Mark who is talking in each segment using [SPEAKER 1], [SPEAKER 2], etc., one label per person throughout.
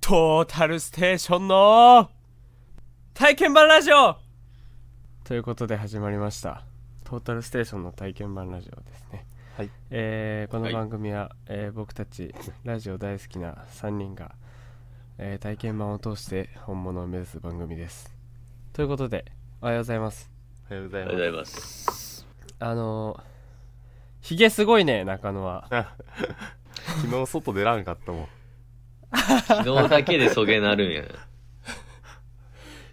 [SPEAKER 1] トータルステーションの体験版ラジオということで始まりましたトータルステーションの体験版ラジオですね
[SPEAKER 2] はい
[SPEAKER 1] えーこの
[SPEAKER 2] はい
[SPEAKER 1] 番組は、えー僕たちラジオ大好きな3人が、えー体験版を通して本物を目指す番組ですということでおはようございます
[SPEAKER 2] おはようござ
[SPEAKER 3] あ
[SPEAKER 2] い
[SPEAKER 3] りが
[SPEAKER 2] ま
[SPEAKER 3] とう
[SPEAKER 2] す
[SPEAKER 3] ございます。
[SPEAKER 1] あのーひげすごいね中野は
[SPEAKER 2] 昨日外出らんかったもん
[SPEAKER 3] 昨日だけでそげなるんや。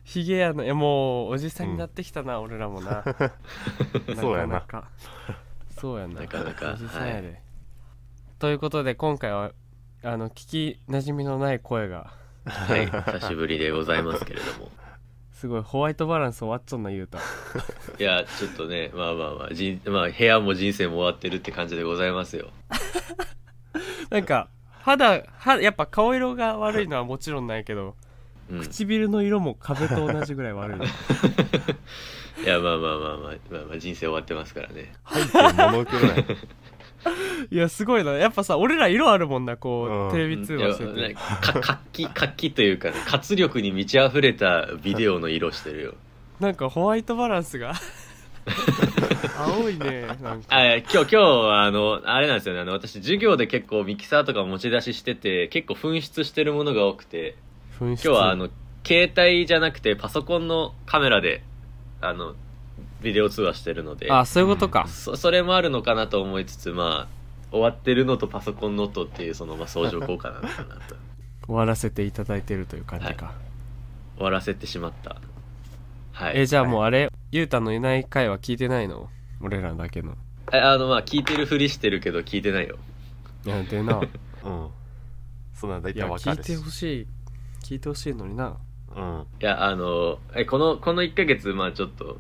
[SPEAKER 1] ひげやのいやもうおじさんになってきたな、俺らも な
[SPEAKER 2] そうやな
[SPEAKER 1] かかそうやな
[SPEAKER 3] なかなか
[SPEAKER 1] おじさんやで、ということで今回はあの聞きなじみのない声が
[SPEAKER 3] はい。久しぶりでございますけれども。
[SPEAKER 1] すごいホワイトバランス終わっちゃうな言う た
[SPEAKER 3] いや、ちょっとね、まあまあまあ、人まあ、部屋も人生も終わってるって感じでございますよ。
[SPEAKER 1] なんか肌はやっぱ顔色が悪いのはもちろんないけど
[SPEAKER 3] うん。い
[SPEAKER 1] 唇の色も壁と同じぐらい 悪い
[SPEAKER 3] や、まあまあまあまあ、まあ、まあ、人生終わってますからね。
[SPEAKER 2] 入ってモノクロやん
[SPEAKER 1] いやすごいなやっぱさ俺ら色あるもんな
[SPEAKER 2] う
[SPEAKER 1] こ
[SPEAKER 2] ん
[SPEAKER 1] うテレビ通話して
[SPEAKER 3] いやね
[SPEAKER 1] て
[SPEAKER 3] か活気、活気というか、ね、活力に満ち溢れたビデオの色してるよ。
[SPEAKER 1] なんかホワイトバランス が青いねなんか
[SPEAKER 3] あ、いや今日、今日は、あの、あれなんですよね。あの、私、授業で結構ミキサーとか持ち出ししてて、結構紛失してるものが多くて。
[SPEAKER 1] 今
[SPEAKER 3] 今日はあの携帯じゃなくてパソコンのカメラであのビデオ通話してるので
[SPEAKER 1] あそういうことか、
[SPEAKER 3] そそれもあるのかなと思いつつまあ終わってるのとパソコンの音っていうそのまあ相乗効果なのかな と
[SPEAKER 1] 終わらせていただいてるという感じか、
[SPEAKER 3] 終わらせてしまったはい
[SPEAKER 1] えじゃあもうあれ、ゆうたのいない回は聞いてないの俺らだけ の
[SPEAKER 3] えあのまあ聞いてるふりしてるけど聞いてないよ
[SPEAKER 1] いやでな
[SPEAKER 2] うんそんなん大
[SPEAKER 1] い
[SPEAKER 2] 体
[SPEAKER 1] や
[SPEAKER 2] わ
[SPEAKER 1] 聞
[SPEAKER 2] か
[SPEAKER 1] い
[SPEAKER 2] るして
[SPEAKER 1] ほしい聞いてほしいのにな
[SPEAKER 2] うん
[SPEAKER 3] いやあのえこのこの1ヶ月まあちょっと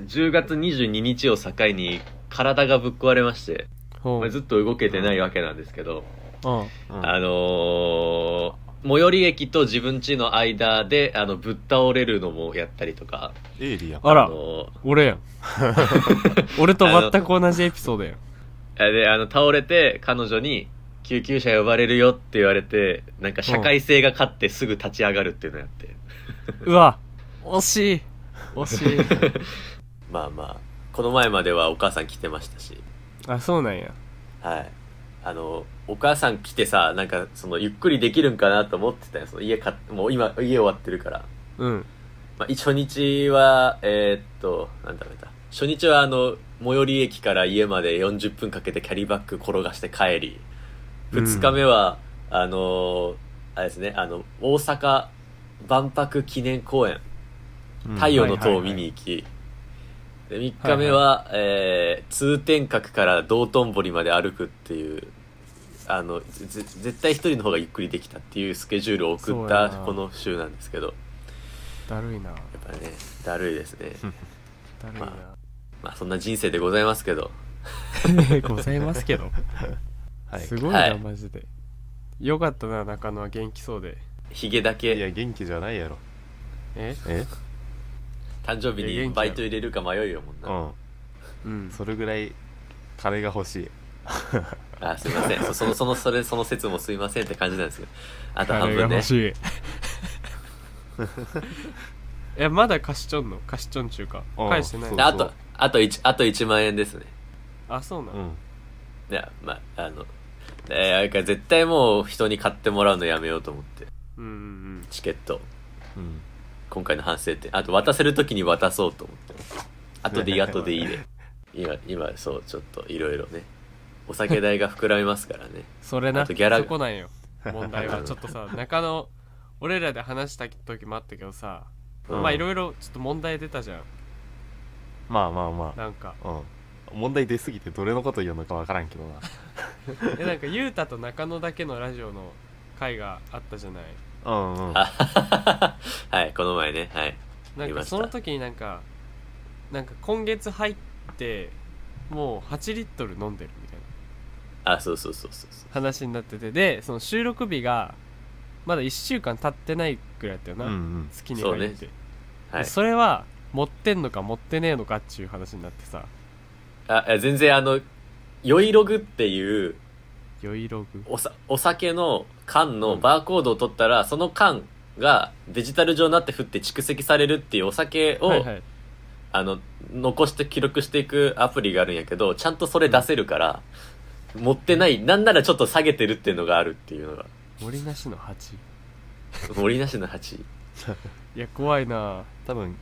[SPEAKER 3] 10月22日を境に体がぶっ壊れまして、
[SPEAKER 1] ほ
[SPEAKER 3] まあ、ずっと動けてないわけなんですけど、
[SPEAKER 1] うん
[SPEAKER 2] うん
[SPEAKER 3] あのー最寄り駅と自分家の間で、あの、ぶっ倒れるのもやったりとか、
[SPEAKER 2] エイリアン
[SPEAKER 1] あ
[SPEAKER 3] あ
[SPEAKER 1] ら
[SPEAKER 3] の
[SPEAKER 1] 俺 やん俺と全く同じエピソードやん
[SPEAKER 3] ーで、あの、倒れて、彼女に、救急車呼ばれるよって言われて、なんか社会性が勝ってすぐ立ち上がるっていうのやって。
[SPEAKER 1] うわ惜しい惜 しい
[SPEAKER 3] まあまあ、この前まではお母さん来てましたし、
[SPEAKER 1] あそうなんや
[SPEAKER 3] はい。あの、お母さん来てさ、なんか、その、ゆっくりできるんかなと思ってたよ。その家か、もう今、家終わってるから。
[SPEAKER 1] うん
[SPEAKER 3] まあ、一初日は、えーっと、なんだろうな。初日は、あの、最寄り駅から家まで40分かけてキャリーバッグ転がして帰り、
[SPEAKER 1] うん
[SPEAKER 3] 二日目は、あのーあれですね、あの、大阪万博記念公園、
[SPEAKER 2] うん
[SPEAKER 3] 太陽の塔
[SPEAKER 1] はいはい
[SPEAKER 3] を
[SPEAKER 1] はい
[SPEAKER 3] 見に行き、で三日目は、えー通天閣から道頓堀まで歩くっていう、あの、ぜぜ絶対一人の方がゆっくりできたっていうスケジュールを送っ
[SPEAKER 1] そうや
[SPEAKER 3] た
[SPEAKER 1] な
[SPEAKER 3] この週なんですけど、
[SPEAKER 1] だるいな
[SPEAKER 3] やっぱね、だるいですね。
[SPEAKER 1] だるい
[SPEAKER 3] ままあそんな人生でございますけど。
[SPEAKER 1] な ございますけど
[SPEAKER 2] はい
[SPEAKER 1] すごい
[SPEAKER 3] は
[SPEAKER 1] ないマジでよかったな中野は元気そうで
[SPEAKER 3] ヒゲだ
[SPEAKER 2] い
[SPEAKER 3] け、
[SPEAKER 2] や元気じゃないやろ
[SPEAKER 1] え
[SPEAKER 2] え
[SPEAKER 3] 誕生日
[SPEAKER 1] いや
[SPEAKER 3] に
[SPEAKER 1] 元気
[SPEAKER 3] バイト入れるか迷うよもん
[SPEAKER 2] う
[SPEAKER 3] な。
[SPEAKER 2] ん
[SPEAKER 1] うん
[SPEAKER 2] それぐらい金が欲しい
[SPEAKER 3] あ、すいません。そその、その、それ、そ の説もすいませんって感じなんですけど。あと
[SPEAKER 1] あ
[SPEAKER 3] 半
[SPEAKER 1] れが
[SPEAKER 3] 分ね
[SPEAKER 1] 欲。しい えまだ貸しちょんの貸しちょん中か
[SPEAKER 2] うん
[SPEAKER 1] 返してない
[SPEAKER 2] そう
[SPEAKER 3] であと、あと1、あと1万円ですね。
[SPEAKER 1] あそうな
[SPEAKER 2] う
[SPEAKER 1] の、
[SPEAKER 2] ん
[SPEAKER 3] いや、まあ、あの、えー、なんか絶対もう人に買ってもらうのやめようと思って。
[SPEAKER 1] うん、うんうん
[SPEAKER 3] チケット。
[SPEAKER 2] うん
[SPEAKER 3] 今回の反省点。あと渡せるときに渡そうと思って。あ とでいい、あとでいいで。今、今、そう、ちょっといろいろね。お酒代が膨らみますからね。
[SPEAKER 1] それな
[SPEAKER 3] あとギャラ
[SPEAKER 1] そこなんよ問題は
[SPEAKER 3] うん
[SPEAKER 1] ちょっとさ中野俺らで話した時もあったけどさ、
[SPEAKER 3] うん
[SPEAKER 1] まあいろいろちょっと問題出たじゃん
[SPEAKER 2] まあまあま
[SPEAKER 1] なんか
[SPEAKER 2] あうん問題出すぎてどれのこと言うのかわからんけどな
[SPEAKER 1] えなんか雄太と中野だけのラジオの回があったじゃない
[SPEAKER 2] うんうん
[SPEAKER 3] あははははい、この前ね、はい。
[SPEAKER 1] な
[SPEAKER 3] あ
[SPEAKER 1] ん
[SPEAKER 3] り
[SPEAKER 1] か
[SPEAKER 3] ました
[SPEAKER 1] その時になんかなんか今月入ってもう8リットル飲んでるみたいな
[SPEAKER 3] あ、そうそうそうそうそ
[SPEAKER 1] 話になっててでその収録日がまだ1週間経ってないくらいだったよな、
[SPEAKER 2] うんうん
[SPEAKER 1] 月に入ってそ,、
[SPEAKER 3] う。はい。
[SPEAKER 1] れは持ってんのか持ってねえのかっちゅう話になってさ
[SPEAKER 3] あ、え全然あの、酔いログっていう、
[SPEAKER 1] 酔いログ
[SPEAKER 3] おさ、お酒の缶のバーコードを取ったら、その缶がデジタル上になって振って蓄積されるっていうお酒を、
[SPEAKER 1] はいはい
[SPEAKER 3] あの、残して記録していくアプリがあるんやけど、ちゃんとそれ出せるから、持ってない、なんならちょっと下げてるっていうのがあるってい うのが、
[SPEAKER 1] 森なしの8
[SPEAKER 3] 森なしの8。
[SPEAKER 1] いや怖いな
[SPEAKER 2] 多分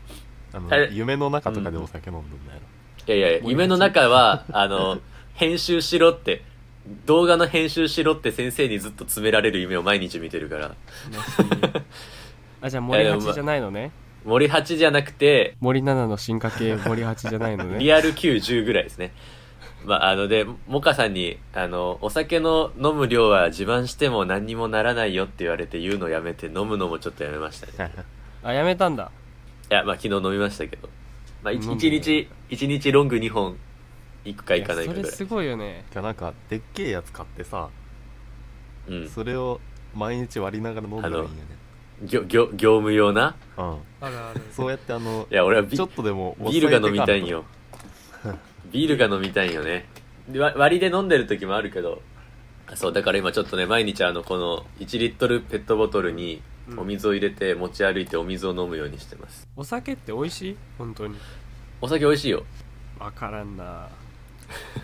[SPEAKER 2] あ
[SPEAKER 3] あ
[SPEAKER 2] の
[SPEAKER 3] れ
[SPEAKER 2] 夢の中とかでお酒飲んでんだよ、
[SPEAKER 3] いやいや、
[SPEAKER 1] 森八
[SPEAKER 3] 夢の中は、あの、編集しろって、動画の編集しろって先生にずっと詰められる夢を毎日見てるから、
[SPEAKER 1] な しあじゃあ森8じゃないのね
[SPEAKER 3] 森8じゃなくて、
[SPEAKER 1] 森7の進化系森8じゃないのね
[SPEAKER 3] リアル910ぐらいですね。まあ、あの、で、モカさんに、あの、お酒の飲む量は自慢しても何にもならないよって言われて言うのやめて飲むのもちょっとやめましたね。
[SPEAKER 1] あやめたんだ
[SPEAKER 3] いや、まあ昨日飲みましたけど。まあ一
[SPEAKER 1] 飲ん
[SPEAKER 3] 一
[SPEAKER 1] で
[SPEAKER 3] 日、一日ロング2本行くか
[SPEAKER 1] い
[SPEAKER 3] 行
[SPEAKER 1] や
[SPEAKER 3] かない
[SPEAKER 1] そ
[SPEAKER 3] かぐ
[SPEAKER 1] れ
[SPEAKER 3] らい。
[SPEAKER 1] すごいよね
[SPEAKER 2] じゃあなんかでっけえやつ買ってさ
[SPEAKER 3] うん。
[SPEAKER 2] それを毎日割りながら飲んだらいいよね
[SPEAKER 3] 業、業、業務用な
[SPEAKER 2] うん
[SPEAKER 1] あるある
[SPEAKER 2] そうやってあの
[SPEAKER 3] いや、俺はビ
[SPEAKER 2] ちょっとでも
[SPEAKER 3] ビールが飲みたいんよ。ビールが飲みたいんよね。でわ割りで飲んでる時もあるけど。そう、だから今ちょっとね、毎日あの、この1リットルペットボトルに
[SPEAKER 1] うん
[SPEAKER 3] お水を入れて持ち歩いてお水を飲むようにしてます。
[SPEAKER 1] お酒って美味しい本当に
[SPEAKER 3] お酒美味しいよ。
[SPEAKER 1] わからんな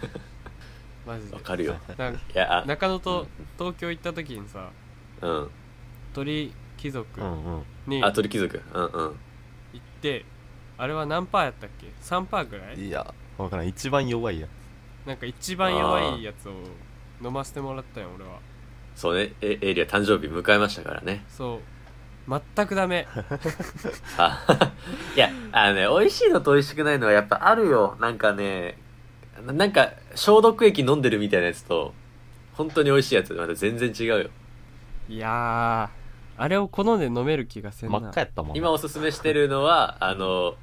[SPEAKER 1] マジで
[SPEAKER 3] わかるよ。
[SPEAKER 1] ない
[SPEAKER 3] や、あ
[SPEAKER 1] 中野と東京行った時にさ
[SPEAKER 3] うん。
[SPEAKER 1] 鳥貴族
[SPEAKER 2] うんうん
[SPEAKER 1] に
[SPEAKER 3] あ、
[SPEAKER 1] 行
[SPEAKER 3] 鳥貴族。うんうん。
[SPEAKER 1] って、あれは何パーやったっけ3パーぐらい
[SPEAKER 2] いや分からん一番弱いや
[SPEAKER 1] なんか一番弱いやつを飲ませてもらったよ俺は
[SPEAKER 3] そうね、えエイリア誕生日迎えましたからね。
[SPEAKER 1] そう全くダ メ
[SPEAKER 3] あ いや、あのね、美味しいのと美味しくないのはやっぱあるよ。なんかね、ななんか消毒液飲んでるみたいなやつと、本当に美味しいやつまた全然違うよ。
[SPEAKER 1] いやーあれを好んで飲める気がせんな
[SPEAKER 2] 真っ赤やったもん
[SPEAKER 3] 今おすすめしてるのは、あの、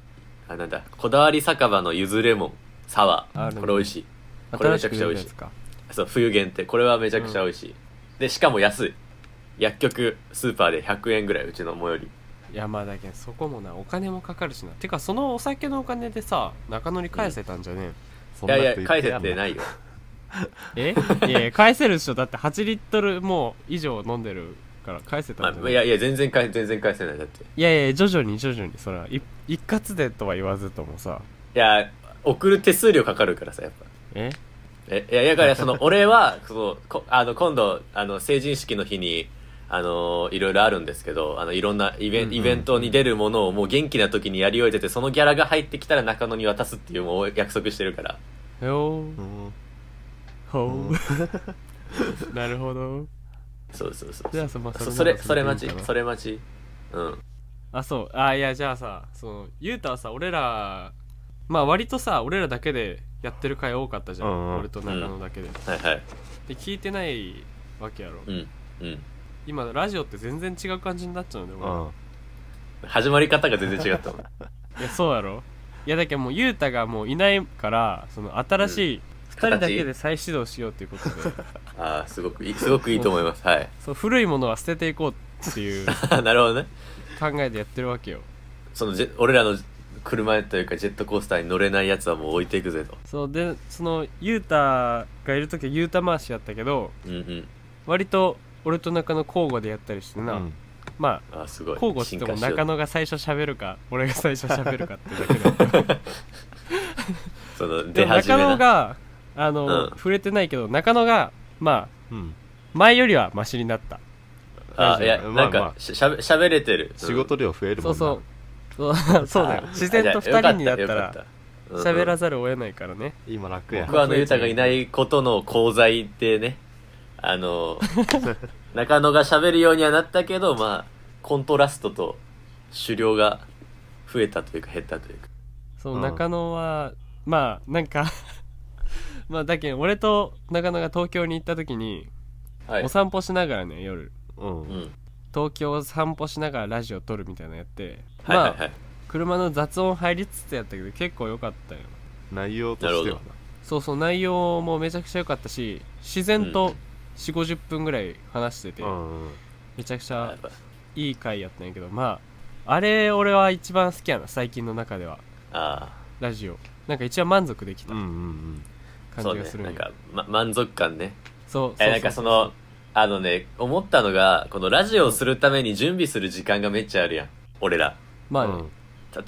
[SPEAKER 3] あなんだ、こだわり酒場のゆずレモン、サワ
[SPEAKER 1] ある
[SPEAKER 3] ー。
[SPEAKER 1] ね
[SPEAKER 3] これ美味しい。これ
[SPEAKER 1] 新
[SPEAKER 3] め
[SPEAKER 1] し
[SPEAKER 3] ちゃ
[SPEAKER 1] く
[SPEAKER 3] くちゃ
[SPEAKER 1] 出
[SPEAKER 3] 美
[SPEAKER 1] る
[SPEAKER 3] 味
[SPEAKER 1] や
[SPEAKER 3] しい
[SPEAKER 1] つ。か
[SPEAKER 3] そう、冬限定。これはめちゃくちゃ美味しい。で、しかも安い。薬局、スーパーで100円ぐらい、うちの最寄り。
[SPEAKER 1] いやまあだけどそこもなお金もかかるしなてかそのお酒のお金でさ中野に返せたんじゃね
[SPEAKER 2] そ
[SPEAKER 3] い
[SPEAKER 2] んな
[SPEAKER 3] や
[SPEAKER 2] こと言
[SPEAKER 3] いや、返せて
[SPEAKER 2] い
[SPEAKER 3] ないよ。
[SPEAKER 1] えいやいや返せるでしょだって8リットルもう以上飲んでるから返せたんじゃ
[SPEAKER 3] まあ、
[SPEAKER 1] ない
[SPEAKER 3] いやいや、全然返せ、全然返せない。だって。
[SPEAKER 1] いやいや徐々に徐々にそれはい一括でとは言わずともさ
[SPEAKER 3] いや、送る手数料かかるからさ、やっぱ。
[SPEAKER 1] え
[SPEAKER 3] え、いや、いやだから、その、俺は、その、こあの、今度、あの、成人式の日に、あの、いろいろあるんですけど、あの、いろんなイベ,、
[SPEAKER 1] うんうん
[SPEAKER 3] イベントに出るものをもう元気な時にやり終えてて、そのギャラが入ってきたら中野に渡すっていうもう約束してるから。
[SPEAKER 1] よー
[SPEAKER 2] うん
[SPEAKER 1] ほう なるほど
[SPEAKER 3] そうそうそう。
[SPEAKER 1] じゃあそまあ
[SPEAKER 3] そ
[SPEAKER 1] そ
[SPEAKER 3] そ
[SPEAKER 1] れ
[SPEAKER 3] れ、
[SPEAKER 1] なら
[SPEAKER 3] それ待
[SPEAKER 1] それでいいんか
[SPEAKER 3] ち、
[SPEAKER 1] な
[SPEAKER 3] それ待ち。うん。
[SPEAKER 1] あそうあいやじゃあさそのゆうたはさ俺らまあ割とさ俺らだけでやってる回多かったじゃん、
[SPEAKER 2] うんうん
[SPEAKER 1] 俺と中野だけで、
[SPEAKER 3] はいはい。
[SPEAKER 1] で聞いてないわけやろ、
[SPEAKER 3] うん。うん。
[SPEAKER 1] 今ラジオって全然違う感じになっちゃうのね
[SPEAKER 2] う
[SPEAKER 1] 俺、
[SPEAKER 2] ん
[SPEAKER 3] 始まり方が全然違っ たもん。
[SPEAKER 1] いやそうやろいやだけどもうゆうたがもういないからその新しい2人だけで再始動しようっていうことで、
[SPEAKER 3] ああ、すごくいい、すごくいいと思います。はい。
[SPEAKER 1] そう古いものは捨てていこうっていう
[SPEAKER 3] なるほどね。
[SPEAKER 1] 考えでやってるわけよ
[SPEAKER 3] そのジェ俺らの車というかジェットコースターに乗れないやつはもう置いていくぜと。
[SPEAKER 1] そうでそのゆうたがいる時はゆうた回しやったけど
[SPEAKER 3] うんうん。
[SPEAKER 1] 割と俺と中野交互でやったりしてな、
[SPEAKER 2] うん
[SPEAKER 1] まあ
[SPEAKER 3] あーすごい。
[SPEAKER 1] 交互っつっても
[SPEAKER 3] 進化しよ
[SPEAKER 1] 中
[SPEAKER 3] う
[SPEAKER 1] 野が最初喋るか俺が最初喋るかってだけだけど
[SPEAKER 3] その
[SPEAKER 1] で
[SPEAKER 3] 出
[SPEAKER 1] も
[SPEAKER 3] 始め
[SPEAKER 1] 中野
[SPEAKER 3] な。
[SPEAKER 1] があの、
[SPEAKER 3] うん
[SPEAKER 1] 触れてないけど中野がまあ
[SPEAKER 2] うん
[SPEAKER 1] 前よりはマシになった
[SPEAKER 3] あーいや、
[SPEAKER 2] まあ
[SPEAKER 3] なん
[SPEAKER 2] まあ
[SPEAKER 3] かしゃべしゃべれてる。
[SPEAKER 2] 仕事量増えるも
[SPEAKER 1] そ
[SPEAKER 2] ん
[SPEAKER 1] う
[SPEAKER 2] な
[SPEAKER 1] そうそう そうだよ自然と2人になったら喋ら
[SPEAKER 3] ず。
[SPEAKER 1] ざるを得ないからね
[SPEAKER 2] 今楽や
[SPEAKER 3] 僕はあの、ゆたがいないことの功罪でね、あの、中野が喋るようにはなったけど、まあ、コントラストと狩猟が増えたというか減ったというか。
[SPEAKER 1] そううん中野はまあなんか まあだけど俺と中野が東京に行った時に
[SPEAKER 3] はい
[SPEAKER 1] お。散歩しながらね夜
[SPEAKER 2] うん
[SPEAKER 3] う
[SPEAKER 2] うん
[SPEAKER 3] ん。
[SPEAKER 1] 東京を散歩しながらラジオ撮るみたいなのやって
[SPEAKER 3] はいはい
[SPEAKER 1] ま
[SPEAKER 3] は
[SPEAKER 1] あ
[SPEAKER 3] い。
[SPEAKER 1] 車の雑音入りつつやったけど結構良かったよ
[SPEAKER 2] 内容としては
[SPEAKER 3] な
[SPEAKER 1] そうそう内容もめちゃくちゃ良かったし自然
[SPEAKER 3] う
[SPEAKER 1] と4 5 0分ぐらい話してて
[SPEAKER 2] なうんうん
[SPEAKER 1] めちゃくち
[SPEAKER 3] や
[SPEAKER 1] ゃ
[SPEAKER 3] っぱ
[SPEAKER 1] いい回やったんやけどまああれ俺は一番好きやな最近の中では
[SPEAKER 3] ああ。
[SPEAKER 1] ラジオなんか一番満足できた
[SPEAKER 2] うんうん
[SPEAKER 1] 感じがするん
[SPEAKER 3] そうね、
[SPEAKER 1] や
[SPEAKER 3] なんか、ま、満足感ね
[SPEAKER 1] そう
[SPEAKER 3] えなんかそのあのね、思ったのが、このラジオをするために準備する時間がめっちゃあるやん。俺ら。
[SPEAKER 1] まあね、
[SPEAKER 2] うん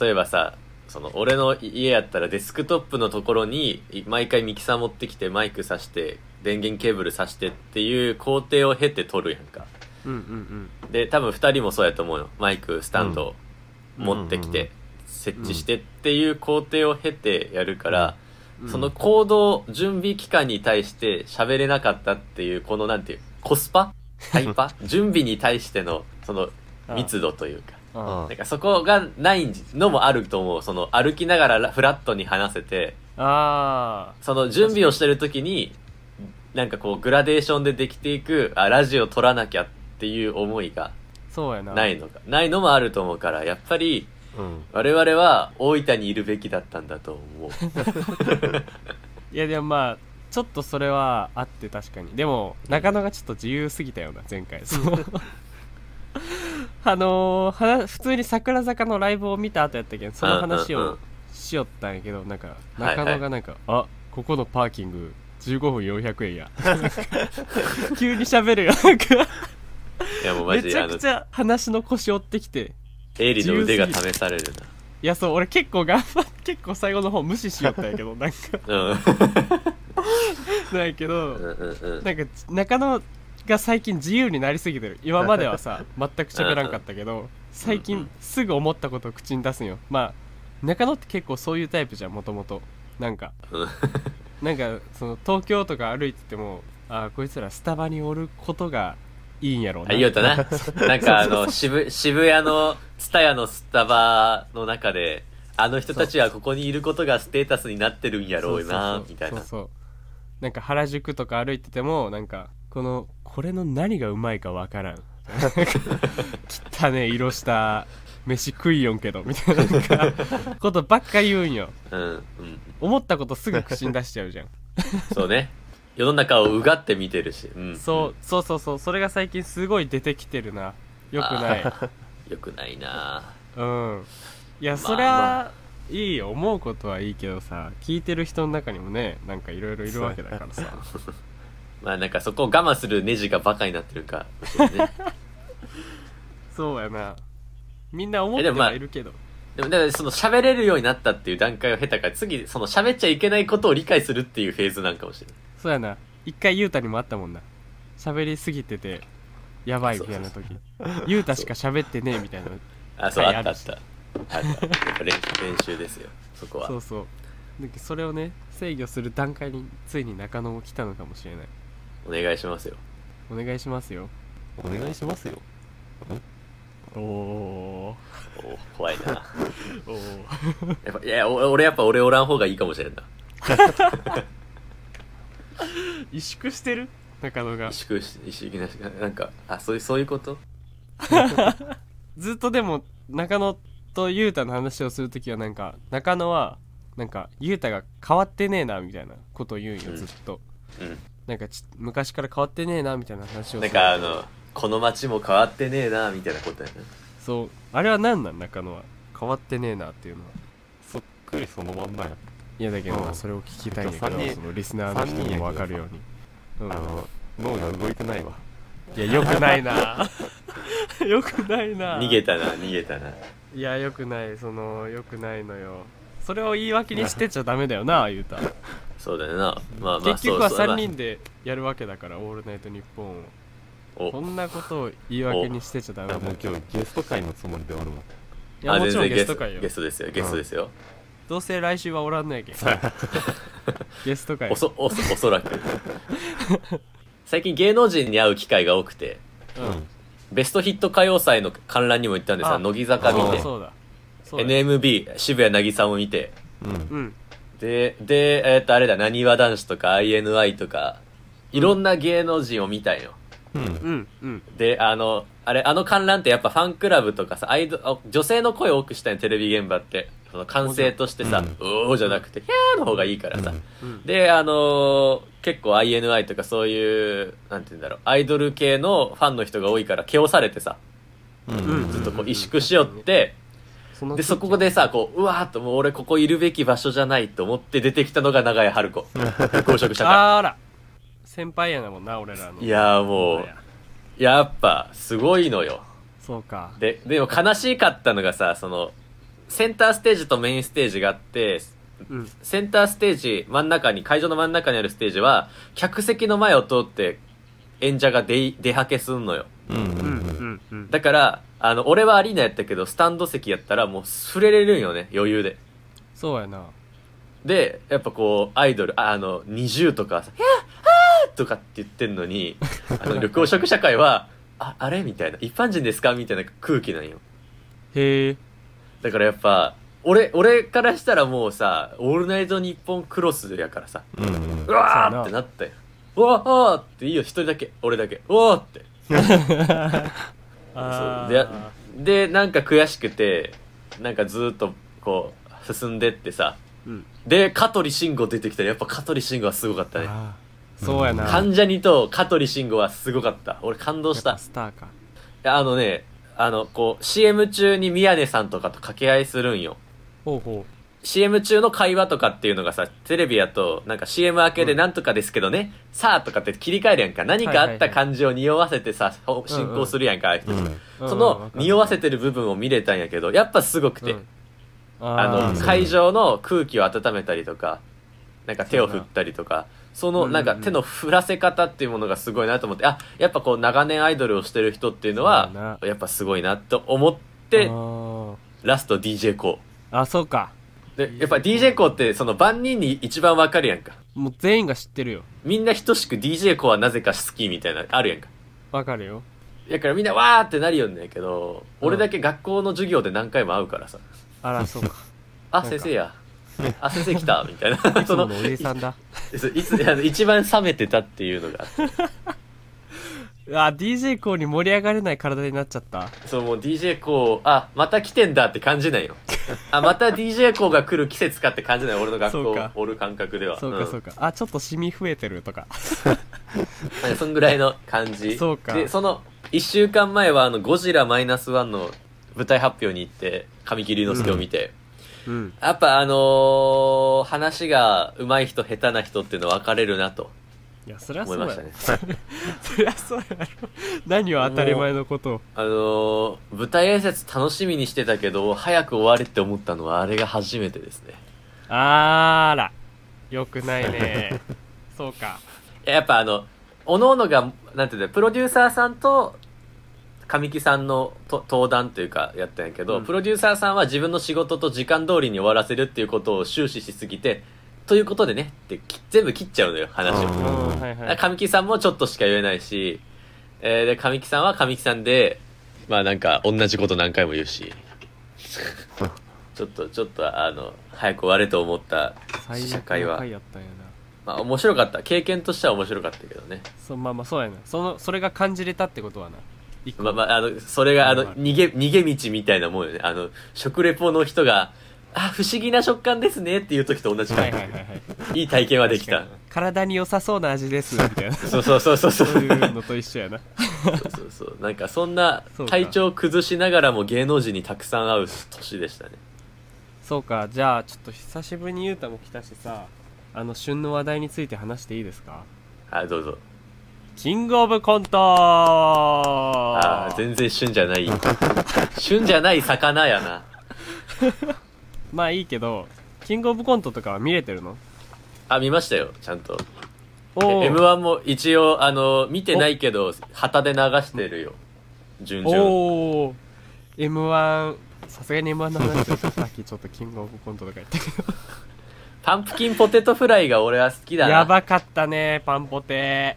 [SPEAKER 3] 例えばさ、その俺の家やったらデスクトップのところにい毎回ミキサー持ってきてマイク挿して電源ケーブル挿してっていう工程を経て撮るやんか
[SPEAKER 1] うん、うんうん
[SPEAKER 3] で多分2人もそうやと思うよマイクスタンドを
[SPEAKER 1] うん
[SPEAKER 3] 持って
[SPEAKER 2] う
[SPEAKER 3] き
[SPEAKER 2] んうん
[SPEAKER 3] て設置してっていう工程を経てやるから、
[SPEAKER 1] うん
[SPEAKER 3] その行動準備期間に対して喋れなかったっていうこのなんていうコスパハイ パ準備に対してのその密度というか
[SPEAKER 1] あ
[SPEAKER 2] あ
[SPEAKER 3] なんかそこがないのもあると思う。その歩きながらフラットに話せて、
[SPEAKER 1] あ
[SPEAKER 3] その準備をしてる時に、なんかこうグラデーションでできていく、あ、ラジオ撮らなきゃっていう思いが
[SPEAKER 1] そうやな
[SPEAKER 3] ないのか。ないのもあると思うから、やっぱり
[SPEAKER 2] うん
[SPEAKER 3] 我々は大分にいるべきだったんだと 思う。
[SPEAKER 1] いやでもまあちょっとそれはあって確かにでも中野がちょっと自由すぎたよな前回そう あのーはな普通に桜坂のライブを見た後やったけんその話
[SPEAKER 3] うんうんうん
[SPEAKER 1] をしよったんやけどなんか
[SPEAKER 3] はいはい
[SPEAKER 1] 中野がなんか「あここのパーキング15分400円や」 急に喋るよなんか
[SPEAKER 3] いやもうマ
[SPEAKER 1] め
[SPEAKER 3] ジ
[SPEAKER 1] ち
[SPEAKER 3] であ
[SPEAKER 1] ゃ
[SPEAKER 3] の
[SPEAKER 1] くち、ゃ話の腰折ってきて
[SPEAKER 3] エリの腕が試される
[SPEAKER 1] いやそう俺結構頑張って 結構最後の方無視しよったんやけどなんか
[SPEAKER 3] な。うん。
[SPEAKER 1] ないけど
[SPEAKER 3] うんうんうん。
[SPEAKER 1] なんか中野が最近自由になりすぎてる今まではさ 全く喋らんかったけど最
[SPEAKER 3] うんう
[SPEAKER 1] 近
[SPEAKER 3] ん
[SPEAKER 1] すぐ思ったことを口に出すんよまあ中野って結構そういうタイプじゃんもともとなんか
[SPEAKER 3] うん
[SPEAKER 1] なんかその東京とか歩いててもああこいつらスタバにおることがいいんやろう
[SPEAKER 3] あ、
[SPEAKER 1] な
[SPEAKER 3] 言おう とな。なんかあの、渋、渋谷の、ツタヤのスタバの中で、あの人たちはここにいることがステータスになってるんやろうな、みたいな
[SPEAKER 1] そう。そうなんか原宿とか歩いててもなんかこのこれの何がうまいかわ からん汚ね色した飯食いよんけどみたいななんかことばっか言うんよ
[SPEAKER 3] うん、うん。
[SPEAKER 1] 思ったことすぐ口に出しちゃうじゃん
[SPEAKER 3] そうね。世の中をうがって見てるし。うん。
[SPEAKER 1] そうそうそうそうそれが最近すごい出てきてるなよくない
[SPEAKER 3] よくないな
[SPEAKER 1] うんいや
[SPEAKER 3] まあ
[SPEAKER 1] そり
[SPEAKER 3] ま
[SPEAKER 1] ゃいいよ思うことはいいけどさ聞いてる人の中にもねなんかいろいろいるわけだからさ
[SPEAKER 3] まあなんかそこを我慢するネジがバカになってるか。ね、
[SPEAKER 1] そうやなみんな思っ
[SPEAKER 3] え
[SPEAKER 1] て
[SPEAKER 3] でもまあ
[SPEAKER 1] はいるけど、
[SPEAKER 3] でも、だからその喋れるようになったっていう段階を経たから、次、その喋っちゃいけないことを理解するっていうフェーズなんかもしれない。
[SPEAKER 1] そうやな一回ゆうたにもあったもんな喋りすぎててやばいみたいな
[SPEAKER 3] そ
[SPEAKER 1] 時ゆうたしか喋ってねえみたいな
[SPEAKER 3] あ、そう、
[SPEAKER 1] はい
[SPEAKER 3] あっ
[SPEAKER 1] あ
[SPEAKER 3] たあ
[SPEAKER 1] る
[SPEAKER 3] っ。
[SPEAKER 1] した
[SPEAKER 3] あった。やっぱ練練習ですよ、そこは。
[SPEAKER 1] そうそうなんかそれをね制御する段階についに中野も来たのかもしれない
[SPEAKER 3] お願いしますよ。
[SPEAKER 1] お願いしますよ
[SPEAKER 2] お願いしますよ
[SPEAKER 1] おお
[SPEAKER 3] おー怖いな。
[SPEAKER 1] おお
[SPEAKER 3] やっぱいや、お俺やっぱ俺おらん方がいいかもしれんな。
[SPEAKER 1] 萎縮してる中野が
[SPEAKER 3] 萎縮し、萎縮なし、なんか、あ、そういう、そういうこと
[SPEAKER 1] ずっとでも中野とゆうたの話をする時はなんか中野はなんかゆうたが変わってねえなみたいなことを言うん
[SPEAKER 3] う
[SPEAKER 1] よ
[SPEAKER 3] ん
[SPEAKER 1] ずっと、
[SPEAKER 3] う
[SPEAKER 1] なんかち昔から変わってねえなみたいな話をする
[SPEAKER 3] ん。なんかあの、この街も変わってねえな、みたいなことやな。
[SPEAKER 1] そうあれは何なん中野は変わってねえなっていうのは
[SPEAKER 2] そっくりそのまんまや
[SPEAKER 1] いやだけど、ま
[SPEAKER 2] う
[SPEAKER 1] あ
[SPEAKER 2] ん
[SPEAKER 1] それを聞きたいんだけ
[SPEAKER 2] 三
[SPEAKER 1] ど
[SPEAKER 2] 人
[SPEAKER 1] そのリスナーの人にも分かるように、うん
[SPEAKER 2] あの脳が動いてないわ
[SPEAKER 1] いやよくないなよくないな
[SPEAKER 3] 逃げたな、逃げたな。
[SPEAKER 1] いやよくないそのよくないのよそれを言い訳にしてちゃダメだよなゆうた
[SPEAKER 3] そうだよな。まあまあ、
[SPEAKER 1] 結局は
[SPEAKER 3] そうそう
[SPEAKER 1] 3人でやるわけだから「オールナイトニッポン」を
[SPEAKER 3] まあ
[SPEAKER 1] こ
[SPEAKER 3] お、
[SPEAKER 1] んなことを言い訳にしてちゃダメだ
[SPEAKER 2] もう
[SPEAKER 1] い
[SPEAKER 2] 今日ゲスト会のつもりでおるわ
[SPEAKER 1] や
[SPEAKER 3] あ
[SPEAKER 1] も
[SPEAKER 3] 全
[SPEAKER 1] ちろん
[SPEAKER 3] 然
[SPEAKER 1] ゲスト会よ
[SPEAKER 3] ゲストですよ、ゲストですよ。
[SPEAKER 1] どうせ来週はおらんのやけんゲスト会
[SPEAKER 3] おそ、おそ、おそ らく。最近芸能人に会う機会が多くて、
[SPEAKER 1] うん
[SPEAKER 3] ベストヒット歌謡祭の観覧にも行ったんです
[SPEAKER 1] あ
[SPEAKER 3] が、乃木坂見
[SPEAKER 1] そう
[SPEAKER 3] て
[SPEAKER 1] だ、そうだそうだ
[SPEAKER 3] NMB、渋谷渚を見て、
[SPEAKER 2] うんうん
[SPEAKER 1] うん
[SPEAKER 3] で、で、えっ、と、あれだ、なにわ男子とか INI とか、いろんな芸能人を見たんよ。
[SPEAKER 2] う
[SPEAKER 1] う
[SPEAKER 2] ん
[SPEAKER 1] んうん
[SPEAKER 3] で、あの、あれ、あの観覧ってやっぱファンクラブとかさ、アイドあ女性の声を多くしたいのテレビ現場って。その歓声としてさ、うおーじゃなくて、ひゃーの方がいいからさ。
[SPEAKER 1] うん
[SPEAKER 3] で、あのー結構 INI とかそういう、なんて言うんだろう、アイドル系のファンの人が多いから、気をされてさ、
[SPEAKER 2] うん
[SPEAKER 3] ずっとこう萎縮しよって、
[SPEAKER 1] その
[SPEAKER 3] で、そこでさ、こう、うわーっともう俺ここいるべき場所じゃないと思って出てきたのが長屋春子。公職者会。
[SPEAKER 1] あら先輩やなもんな俺らの
[SPEAKER 3] いやーもうやっぱすごいのよ
[SPEAKER 1] そうか
[SPEAKER 3] ででも悲しかったのがさそのセンターステージとメインステージがあって
[SPEAKER 1] うん
[SPEAKER 3] センターステージ真ん中に会場の真ん中にあるステージは客席の前を通って演者が出い出はけすんのよ
[SPEAKER 2] うんうん
[SPEAKER 1] うんうんうん
[SPEAKER 3] だからあの俺はアリーナやったけどスタンド席やったらもう触れれるんよね余裕で
[SPEAKER 1] そうやな
[SPEAKER 3] でやっぱこうアイドルああの20とかさ「いやあーとかって言ってんの にあの緑黄色社会は「ああれ?」みたいな「一般人ですか?」みたいな空気なんよ
[SPEAKER 1] へえ
[SPEAKER 3] だからやっぱ俺俺からしたらもうさ「オールナイトニッポンクロス」やからさ
[SPEAKER 2] うんうん
[SPEAKER 3] 「うわ
[SPEAKER 1] そうやな
[SPEAKER 3] ー!」ってなったよ「うわー!」っていいよ一人だけ俺だけ「うわー!」ってそうで
[SPEAKER 1] あ
[SPEAKER 3] でなんか悔しくてなんかずーっとこう進んでってさ
[SPEAKER 1] ーうん
[SPEAKER 3] で香取慎吾出てきたらやっぱ香取慎吾はすごかったね
[SPEAKER 1] あーそうやな
[SPEAKER 3] 関ジャニと香取慎吾はすごかった俺感動し
[SPEAKER 1] やったぱスターか
[SPEAKER 3] あのねあのこう CM 中に宮根さんとかと掛け合いするんよ
[SPEAKER 1] ほうほ
[SPEAKER 3] CM 中の会話とかっていうのがさテレビやとなんか CM 明けでなんとかですけどね、さあとかって切り替えるやんか何かあった感じを匂わせてさ、ほ進行するやんか、ああいう人
[SPEAKER 2] うん
[SPEAKER 1] う
[SPEAKER 3] そ
[SPEAKER 1] うんうんわ
[SPEAKER 3] の
[SPEAKER 1] かる
[SPEAKER 3] 匂わせてる部分を見れたんやけどやっぱすごくて、
[SPEAKER 1] うん
[SPEAKER 3] あ
[SPEAKER 1] あ
[SPEAKER 3] の
[SPEAKER 2] ー
[SPEAKER 3] 会場の空気を温めたりとかなんか手を振ったりとかそ
[SPEAKER 1] うん
[SPEAKER 3] の
[SPEAKER 1] うん
[SPEAKER 3] なんか手の振らせ方っていうものがすごいなと思ってあやっぱこう長年アイドルをしてる人っていうの
[SPEAKER 1] そうだ
[SPEAKER 3] は
[SPEAKER 1] な
[SPEAKER 3] やっぱすごいなと思っ
[SPEAKER 1] で
[SPEAKER 3] てラスト d j コ
[SPEAKER 1] あそうか
[SPEAKER 3] ーでやっぱ d j コーってその万人に一番わかるやんか
[SPEAKER 1] もう全員が知ってるよ
[SPEAKER 3] みんな等しく d j コーはなぜか好きみたいなあるやんか
[SPEAKER 1] わかるよ
[SPEAKER 3] だからみんなわーってなるよんだけど
[SPEAKER 1] うん
[SPEAKER 3] 俺だけ学校の授業で何回も会うからさ
[SPEAKER 1] あらそうか
[SPEAKER 3] あ
[SPEAKER 1] なんか
[SPEAKER 3] 先生やあ先生来たみたいな
[SPEAKER 1] いつものおじさんだ
[SPEAKER 3] そういつあの一番冷めてたっていうのがあっ
[SPEAKER 1] あ DJ コーに盛り上がれない体になっちゃった
[SPEAKER 3] てそうもう DJ こうあまた来てんだって感じないよあまた DJ こうが来る季節かって感じない俺の学
[SPEAKER 1] そう
[SPEAKER 3] 校
[SPEAKER 1] か
[SPEAKER 3] おる感覚では
[SPEAKER 1] そうかそううか、あちょっとシミ増えてるとか
[SPEAKER 3] んそんぐらいの感じ
[SPEAKER 1] そうか
[SPEAKER 3] でその1週間前はあのゴジラマイナスワンの舞台発表に行って神木隆之介を見
[SPEAKER 1] う
[SPEAKER 3] て、
[SPEAKER 1] ん
[SPEAKER 3] やっぱあのー話が上手い人下手な人っていうの分かれるなと
[SPEAKER 1] いやそりゃそ
[SPEAKER 3] 思いうま
[SPEAKER 1] や
[SPEAKER 3] した
[SPEAKER 1] ろ
[SPEAKER 3] ね
[SPEAKER 1] そりゃそうやろ何を当たり前のことを
[SPEAKER 3] あのー舞台挨拶楽しみにしてたけど早く終われって思ったのはあれが初めてですね
[SPEAKER 1] あらよくない ねそうか
[SPEAKER 3] やっぱあの、おののが、なんていうんだよプロデューサーさんと、神木さんのと登壇というかやったんやけど、
[SPEAKER 1] うん
[SPEAKER 3] プロデューサーさんは自分の仕事と時間通りに終わらせるっていうことを終始しすぎて、ということでねってき全部切っちゃうのよ、話を。
[SPEAKER 1] う
[SPEAKER 2] うんん
[SPEAKER 1] はいはい
[SPEAKER 3] 神木さんもちょっとしか言えないし、えーで、神木さんは神木さんで、まあなんか同じこと何回も言うし、 ちょっと、ちょっとあの、早く終われと思った
[SPEAKER 1] 最
[SPEAKER 3] 社
[SPEAKER 1] 悪
[SPEAKER 3] 会
[SPEAKER 1] の
[SPEAKER 3] は
[SPEAKER 1] 回、やったんやな
[SPEAKER 3] まあ面白かった。経験としては面白かったけどね。
[SPEAKER 1] そまあまあそうやなそのそれが感じれたってことはな一個
[SPEAKER 3] まあまあ、あの、それが、
[SPEAKER 1] は
[SPEAKER 3] あ
[SPEAKER 1] い
[SPEAKER 3] の、
[SPEAKER 1] はい
[SPEAKER 3] 逃げ、逃げ道みたいなもんよね。あの、食レポの人が、あ、不思議な食感ですねっていう時と同じ
[SPEAKER 1] は
[SPEAKER 3] 感
[SPEAKER 1] い
[SPEAKER 3] じ
[SPEAKER 1] はいはい はい
[SPEAKER 3] いい体験はできた。
[SPEAKER 1] 体に良さそうな味ですみた いな
[SPEAKER 3] そうそうそうそう。
[SPEAKER 1] そ
[SPEAKER 3] そ
[SPEAKER 1] うういうのと一緒やな
[SPEAKER 3] そうそう。なんか、そんな
[SPEAKER 1] そう、か
[SPEAKER 3] 体調崩しながらも芸能人にたくさん会う年でしたね。
[SPEAKER 1] そうかじゃあちょっと久しぶりにゆうたも来たしさあの旬の話題について話していいですか
[SPEAKER 3] あ、どうぞ。
[SPEAKER 1] キングオブコントあ
[SPEAKER 3] あー全然旬じゃ ない。旬じゃない魚やな。
[SPEAKER 1] まあいいけどキングオブコントとかは見れてるの
[SPEAKER 3] あ、見ましたよ、ちゃんと。
[SPEAKER 1] おー
[SPEAKER 3] M1 も一応、あの、見てないけど、旗で流してるよ。順々。
[SPEAKER 1] おお m 1さすがに m 1の話をした さっきちょっとキングオブコントとか言ってけど
[SPEAKER 3] パンプキンポテトフライが俺は好きだな。
[SPEAKER 1] やばかったねパンポテ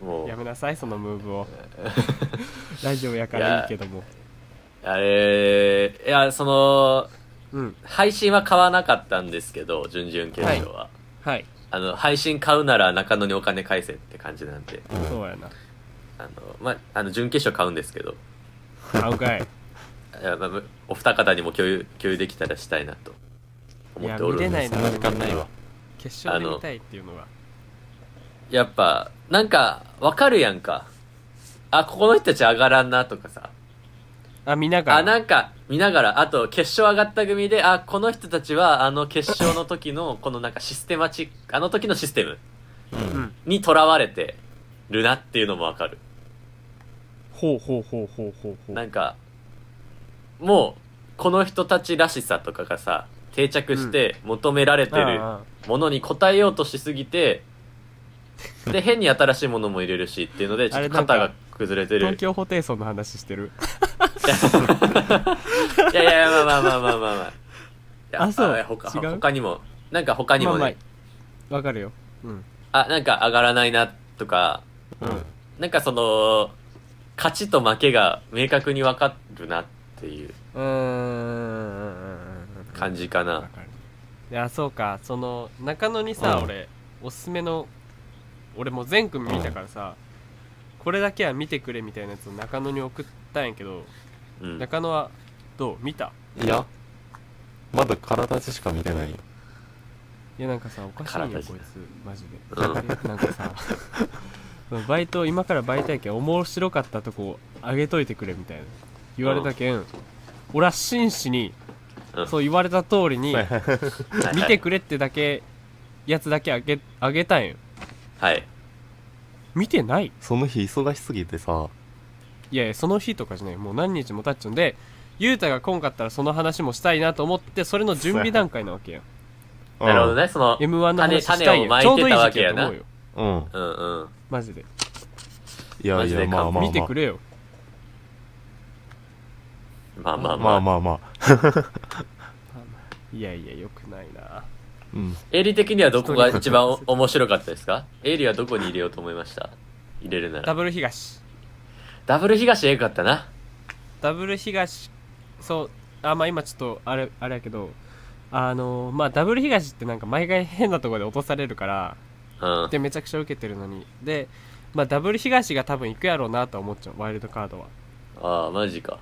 [SPEAKER 3] もう
[SPEAKER 1] やめなさいそのムーブ をラジオやからいいけども
[SPEAKER 3] あれいやその
[SPEAKER 1] うん
[SPEAKER 3] 配信は買わなかったんですけど準々決勝は、
[SPEAKER 1] はい
[SPEAKER 3] あの配信買うなら中野にお金返せって感じなんで
[SPEAKER 1] そうやな
[SPEAKER 3] あのまああの準決勝買うんですけど
[SPEAKER 1] 買うかい
[SPEAKER 3] いやまあお二方にも共有共有できたらしたいなと
[SPEAKER 1] い
[SPEAKER 3] 思っ
[SPEAKER 1] や
[SPEAKER 3] てお
[SPEAKER 1] 見
[SPEAKER 3] る
[SPEAKER 1] れ
[SPEAKER 3] ん
[SPEAKER 1] な
[SPEAKER 3] で
[SPEAKER 1] い
[SPEAKER 3] す
[SPEAKER 1] な
[SPEAKER 2] そんな時間ないわ
[SPEAKER 1] 決勝で見たいっていうのは
[SPEAKER 3] やっぱなんかわかるやんかあここの人たち上がらんなとかさ
[SPEAKER 1] あ見ながら
[SPEAKER 3] あなんか見ながらあと決勝上がった組であこの人たちはあの決勝の時のこのなんかシステマチックあの時のシステム
[SPEAKER 1] うん
[SPEAKER 3] にとらわれてるなっていうのもわかる。
[SPEAKER 1] ほうほうほうほうほうほう
[SPEAKER 3] なんか、もう、この人たちらしさとかがさ、定着して求められてる
[SPEAKER 1] あ
[SPEAKER 3] ものに応えようとしすぎて、で、変に新しいものも入れるしっていうので、ちょっと肩が崩れ
[SPEAKER 1] あ
[SPEAKER 3] てる
[SPEAKER 1] 東。京ホテイソンの話してる
[SPEAKER 3] いやいや、まあまあまあまあまあまあ。いや
[SPEAKER 1] あそう
[SPEAKER 3] 他
[SPEAKER 1] 違う
[SPEAKER 3] 他にも、なんか他にもね、
[SPEAKER 1] まあまあわかるようん
[SPEAKER 3] あ、なんか上がらないなとか、
[SPEAKER 1] うん
[SPEAKER 3] なんかその、勝ちと負けが明確に分かるなっていう
[SPEAKER 1] うーん
[SPEAKER 3] 感じか
[SPEAKER 1] わ
[SPEAKER 3] な。
[SPEAKER 1] かるいやそうかその中野にさ、
[SPEAKER 2] うん
[SPEAKER 1] 俺おすすめの俺もう全組見たからさ、これだけは見てくれみたいなやつを中野に送ったんやけど、
[SPEAKER 3] うん。
[SPEAKER 1] 中野はどう見た
[SPEAKER 2] いやまだ体しか見てないよ
[SPEAKER 1] いやなんかさおかしいよ
[SPEAKER 3] 体
[SPEAKER 1] こい
[SPEAKER 3] じ
[SPEAKER 1] つ
[SPEAKER 3] ゃ
[SPEAKER 1] マジで、
[SPEAKER 3] う
[SPEAKER 1] えなんかさ そのバイト今からバイトやけん面白かったとこあげといてくれみたいな言われたけん、俺は真摯に、
[SPEAKER 3] うん
[SPEAKER 1] そう言われた通りに
[SPEAKER 3] はいはい
[SPEAKER 1] 見てくれってだけやつだけあげあげたんよ
[SPEAKER 3] はい。
[SPEAKER 1] 見てない
[SPEAKER 2] その日忙しすぎてさ
[SPEAKER 1] いやいやその日とかじゃないもう何日も経っちゃうんでゆうたが来んかったらその話もしたいなと思ってそれの準備段階なわけや
[SPEAKER 3] なるほどね、その、
[SPEAKER 1] m 1の話したい
[SPEAKER 3] 種種を
[SPEAKER 1] や
[SPEAKER 3] まい
[SPEAKER 1] ちょうど
[SPEAKER 3] て
[SPEAKER 1] いい
[SPEAKER 3] た
[SPEAKER 1] 時
[SPEAKER 3] わ
[SPEAKER 1] 期
[SPEAKER 3] け
[SPEAKER 1] や
[SPEAKER 3] や
[SPEAKER 1] と
[SPEAKER 3] な
[SPEAKER 1] 思うよ
[SPEAKER 2] うんうん
[SPEAKER 3] うんうん。
[SPEAKER 1] マジで
[SPEAKER 2] いや
[SPEAKER 3] マ
[SPEAKER 2] い
[SPEAKER 3] ジ
[SPEAKER 2] や
[SPEAKER 3] で
[SPEAKER 2] まあまあまあ
[SPEAKER 1] 見てくれよ
[SPEAKER 3] まあまあまあ。
[SPEAKER 2] まあまあまあ
[SPEAKER 1] いやいやよくないな
[SPEAKER 2] うん
[SPEAKER 3] エイリー的にはどこが一番お面白かったですかエイリーはどこに入れようと思いました入れるな
[SPEAKER 1] ダ
[SPEAKER 3] ら。
[SPEAKER 1] ブル東
[SPEAKER 3] ダブル東ええかったな。
[SPEAKER 1] ダブル東そうあまあ今ちょっとあれあれやけどあのまあダブル東ってなんか毎回変なところで落とされるから
[SPEAKER 3] うん。
[SPEAKER 1] でめちゃくちゃ受けてるのにでまあダブル東が多分行くやろうなとは思っちゃうワイルドカードは
[SPEAKER 3] ああ、マジか。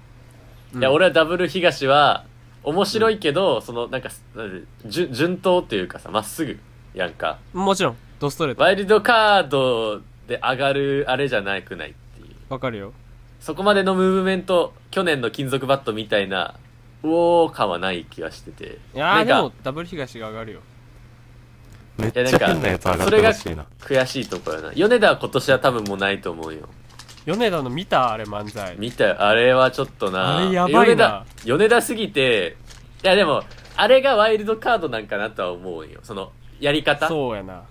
[SPEAKER 1] うん
[SPEAKER 3] いや、俺はダブル東は、面白いけど、その、なんか、なんで順順当っていうかさ、まっすぐやんか。
[SPEAKER 1] もちろんドストレート
[SPEAKER 3] ワイルドカードで上がるあれじゃなくないっていう。
[SPEAKER 1] わかるよ
[SPEAKER 3] そこまでのムーブメント、去年の金属バットみたいな、うおー感はない気がしてて。
[SPEAKER 1] いや
[SPEAKER 3] な
[SPEAKER 1] ー
[SPEAKER 3] ん
[SPEAKER 1] で
[SPEAKER 3] か
[SPEAKER 1] もダブル東が上がるよ
[SPEAKER 2] めっ
[SPEAKER 3] いや
[SPEAKER 2] ち
[SPEAKER 3] なん
[SPEAKER 2] ゃ
[SPEAKER 3] か
[SPEAKER 2] 変なやつ上がってほしいな
[SPEAKER 3] 悔しいとこやな。米田は今年は多分もうないと思うよ。
[SPEAKER 1] 米田の見たあれ漫才
[SPEAKER 3] 見たよ。あれはちょっとな。
[SPEAKER 1] あれやばいな
[SPEAKER 3] 米田、米田すぎて、いやでも、あれがワイルドカードなんかなとは思うよ。その、やり方。
[SPEAKER 1] そうやな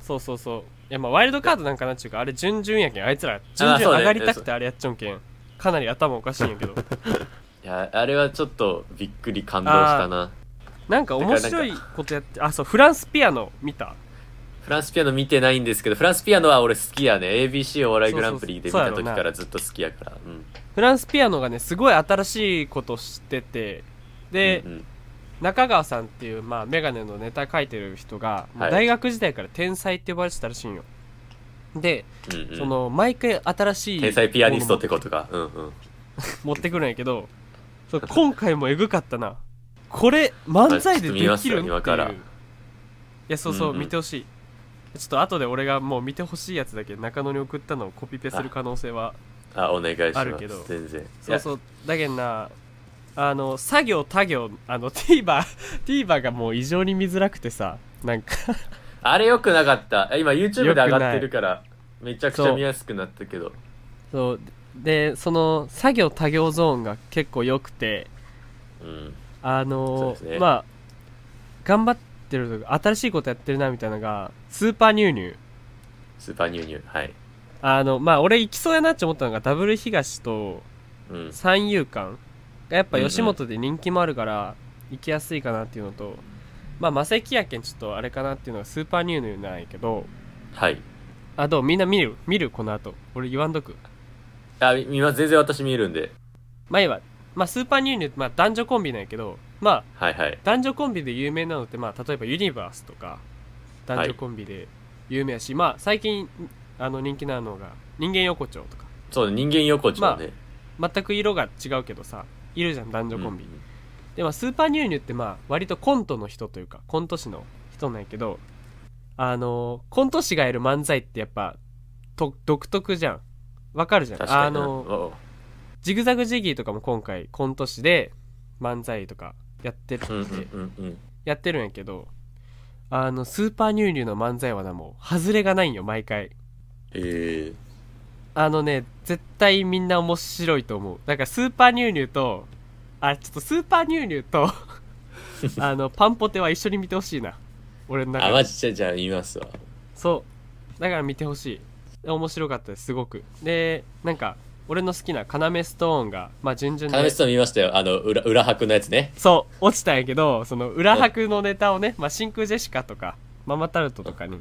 [SPEAKER 1] そうそうそういやまあワイルドカードなんかなっちゅうかあれ準々やけんあいつら準
[SPEAKER 3] あそう
[SPEAKER 1] 々
[SPEAKER 3] ね
[SPEAKER 1] 上がりたくてあれやっちゃうんけんかなり頭おかしいんや けど
[SPEAKER 3] いや、あれはちょっとびっくり感動したな。
[SPEAKER 1] なんか面白いことやってあそうフランスピアノ見た
[SPEAKER 3] フランスピアノ見てないんですけど、フランスピアノは俺好きやね。ABC お笑いグランプリで見
[SPEAKER 1] そうそう
[SPEAKER 3] た
[SPEAKER 1] そうそ
[SPEAKER 3] 時
[SPEAKER 1] うやろな
[SPEAKER 3] からずっと好きやから。うん。
[SPEAKER 1] フランスピアノがねすごい新しいことしててで、
[SPEAKER 3] うんうん
[SPEAKER 1] 中川さんっていう、まあ、メガネのネタ書いてる人が、もう
[SPEAKER 3] はい
[SPEAKER 1] 大学時代から天才って呼ばれてたらしいんよで、
[SPEAKER 3] うんうん
[SPEAKER 1] その毎回新しい
[SPEAKER 3] 天才ピアニストってことか。うんうん。
[SPEAKER 1] 持ってくるんやけど そう今回もエグかったなこれ漫才でできるん
[SPEAKER 3] まあ
[SPEAKER 1] っ
[SPEAKER 3] ち
[SPEAKER 1] て
[SPEAKER 3] ょっと見ますよ
[SPEAKER 1] いうい
[SPEAKER 3] 今から
[SPEAKER 1] やそうそう、
[SPEAKER 3] うんうん
[SPEAKER 1] 見てほしいちょっと後で俺がもう見てほしいやつだけ中野に送ったのをコピペする可能性は
[SPEAKER 3] あ、お願いします。
[SPEAKER 1] あるけど
[SPEAKER 3] 全然。
[SPEAKER 1] そうそうだけんなあの作業他行あの TVer TVer がもう異常に見づらくてさなんか
[SPEAKER 3] いやあれ良くなかった。今 YouTube で上がってるから、めちゃくち
[SPEAKER 1] そ
[SPEAKER 3] ゃ
[SPEAKER 1] う
[SPEAKER 3] 見やすくなったけど。
[SPEAKER 1] そうでその作業他行ゾーンが結構良くて
[SPEAKER 3] うん。
[SPEAKER 1] あの
[SPEAKER 3] そうですね
[SPEAKER 1] まあ頑張ってるとか新しいことやってるなみたいなのがスーパーニューニュー
[SPEAKER 3] スーパーニューニュー。はい。
[SPEAKER 1] あのまあ俺行きそうやなって思ったのがダブル東と
[SPEAKER 3] うん。
[SPEAKER 1] 三遊間がやっぱ吉本で人気もあるから行きやすいかなっていうのと、まあマセキやけんちょっとあれかなっていうのがスーパーニューニューなんやけど
[SPEAKER 3] はい。
[SPEAKER 1] あどうみんな見る見るこの後俺言わんどく
[SPEAKER 3] あ、み今全然私見えるんで。
[SPEAKER 1] まあいいわまあスーパーニューニューってまあ男女コンビなんやけどまあ
[SPEAKER 3] はいはい。
[SPEAKER 1] 男女コンビで有名なのって、まあ、例えばユニバースとか男女コンビで有名やし、まあ最近あの人気なのが人間横丁とか
[SPEAKER 3] そう、人間横丁ね。
[SPEAKER 1] 全く色が違うけどさいるじゃん男女コンビ、
[SPEAKER 3] うん
[SPEAKER 1] でまあスーパーニューニューってまあ割とコントの人というかコント師の人なんやけどあのーコント師がやる漫才ってやっぱと独特じゃんわかるじゃん
[SPEAKER 3] 確かに。
[SPEAKER 1] あのー
[SPEAKER 3] うんおう
[SPEAKER 1] ジグザグジギーとかも今回コント師で漫才とかやってる
[SPEAKER 3] うんうんうんうん。
[SPEAKER 1] やってるんやけどあのスーパーニューニューの漫才はなもう外れがないんよ毎回
[SPEAKER 3] え
[SPEAKER 1] あのね絶対みんな面白いと思うだからスーパーニューニューとあちょっとスーパーニューニュー とあのパンポテは一緒に見てほしいな俺の
[SPEAKER 3] え
[SPEAKER 1] 中
[SPEAKER 3] あ
[SPEAKER 1] で
[SPEAKER 3] マジじゃあじゃあ見ますわ
[SPEAKER 1] そうだから見てほしい面白かったですすごくでなんか俺の好きな要ストーンがまあ順々
[SPEAKER 3] カナメ
[SPEAKER 1] で
[SPEAKER 3] スト見ましたよあの裏裏拍のやつね
[SPEAKER 1] そう落ちたんやけどその裏拍のネタをね、まあ、真空ジェシカとかママタルトとかに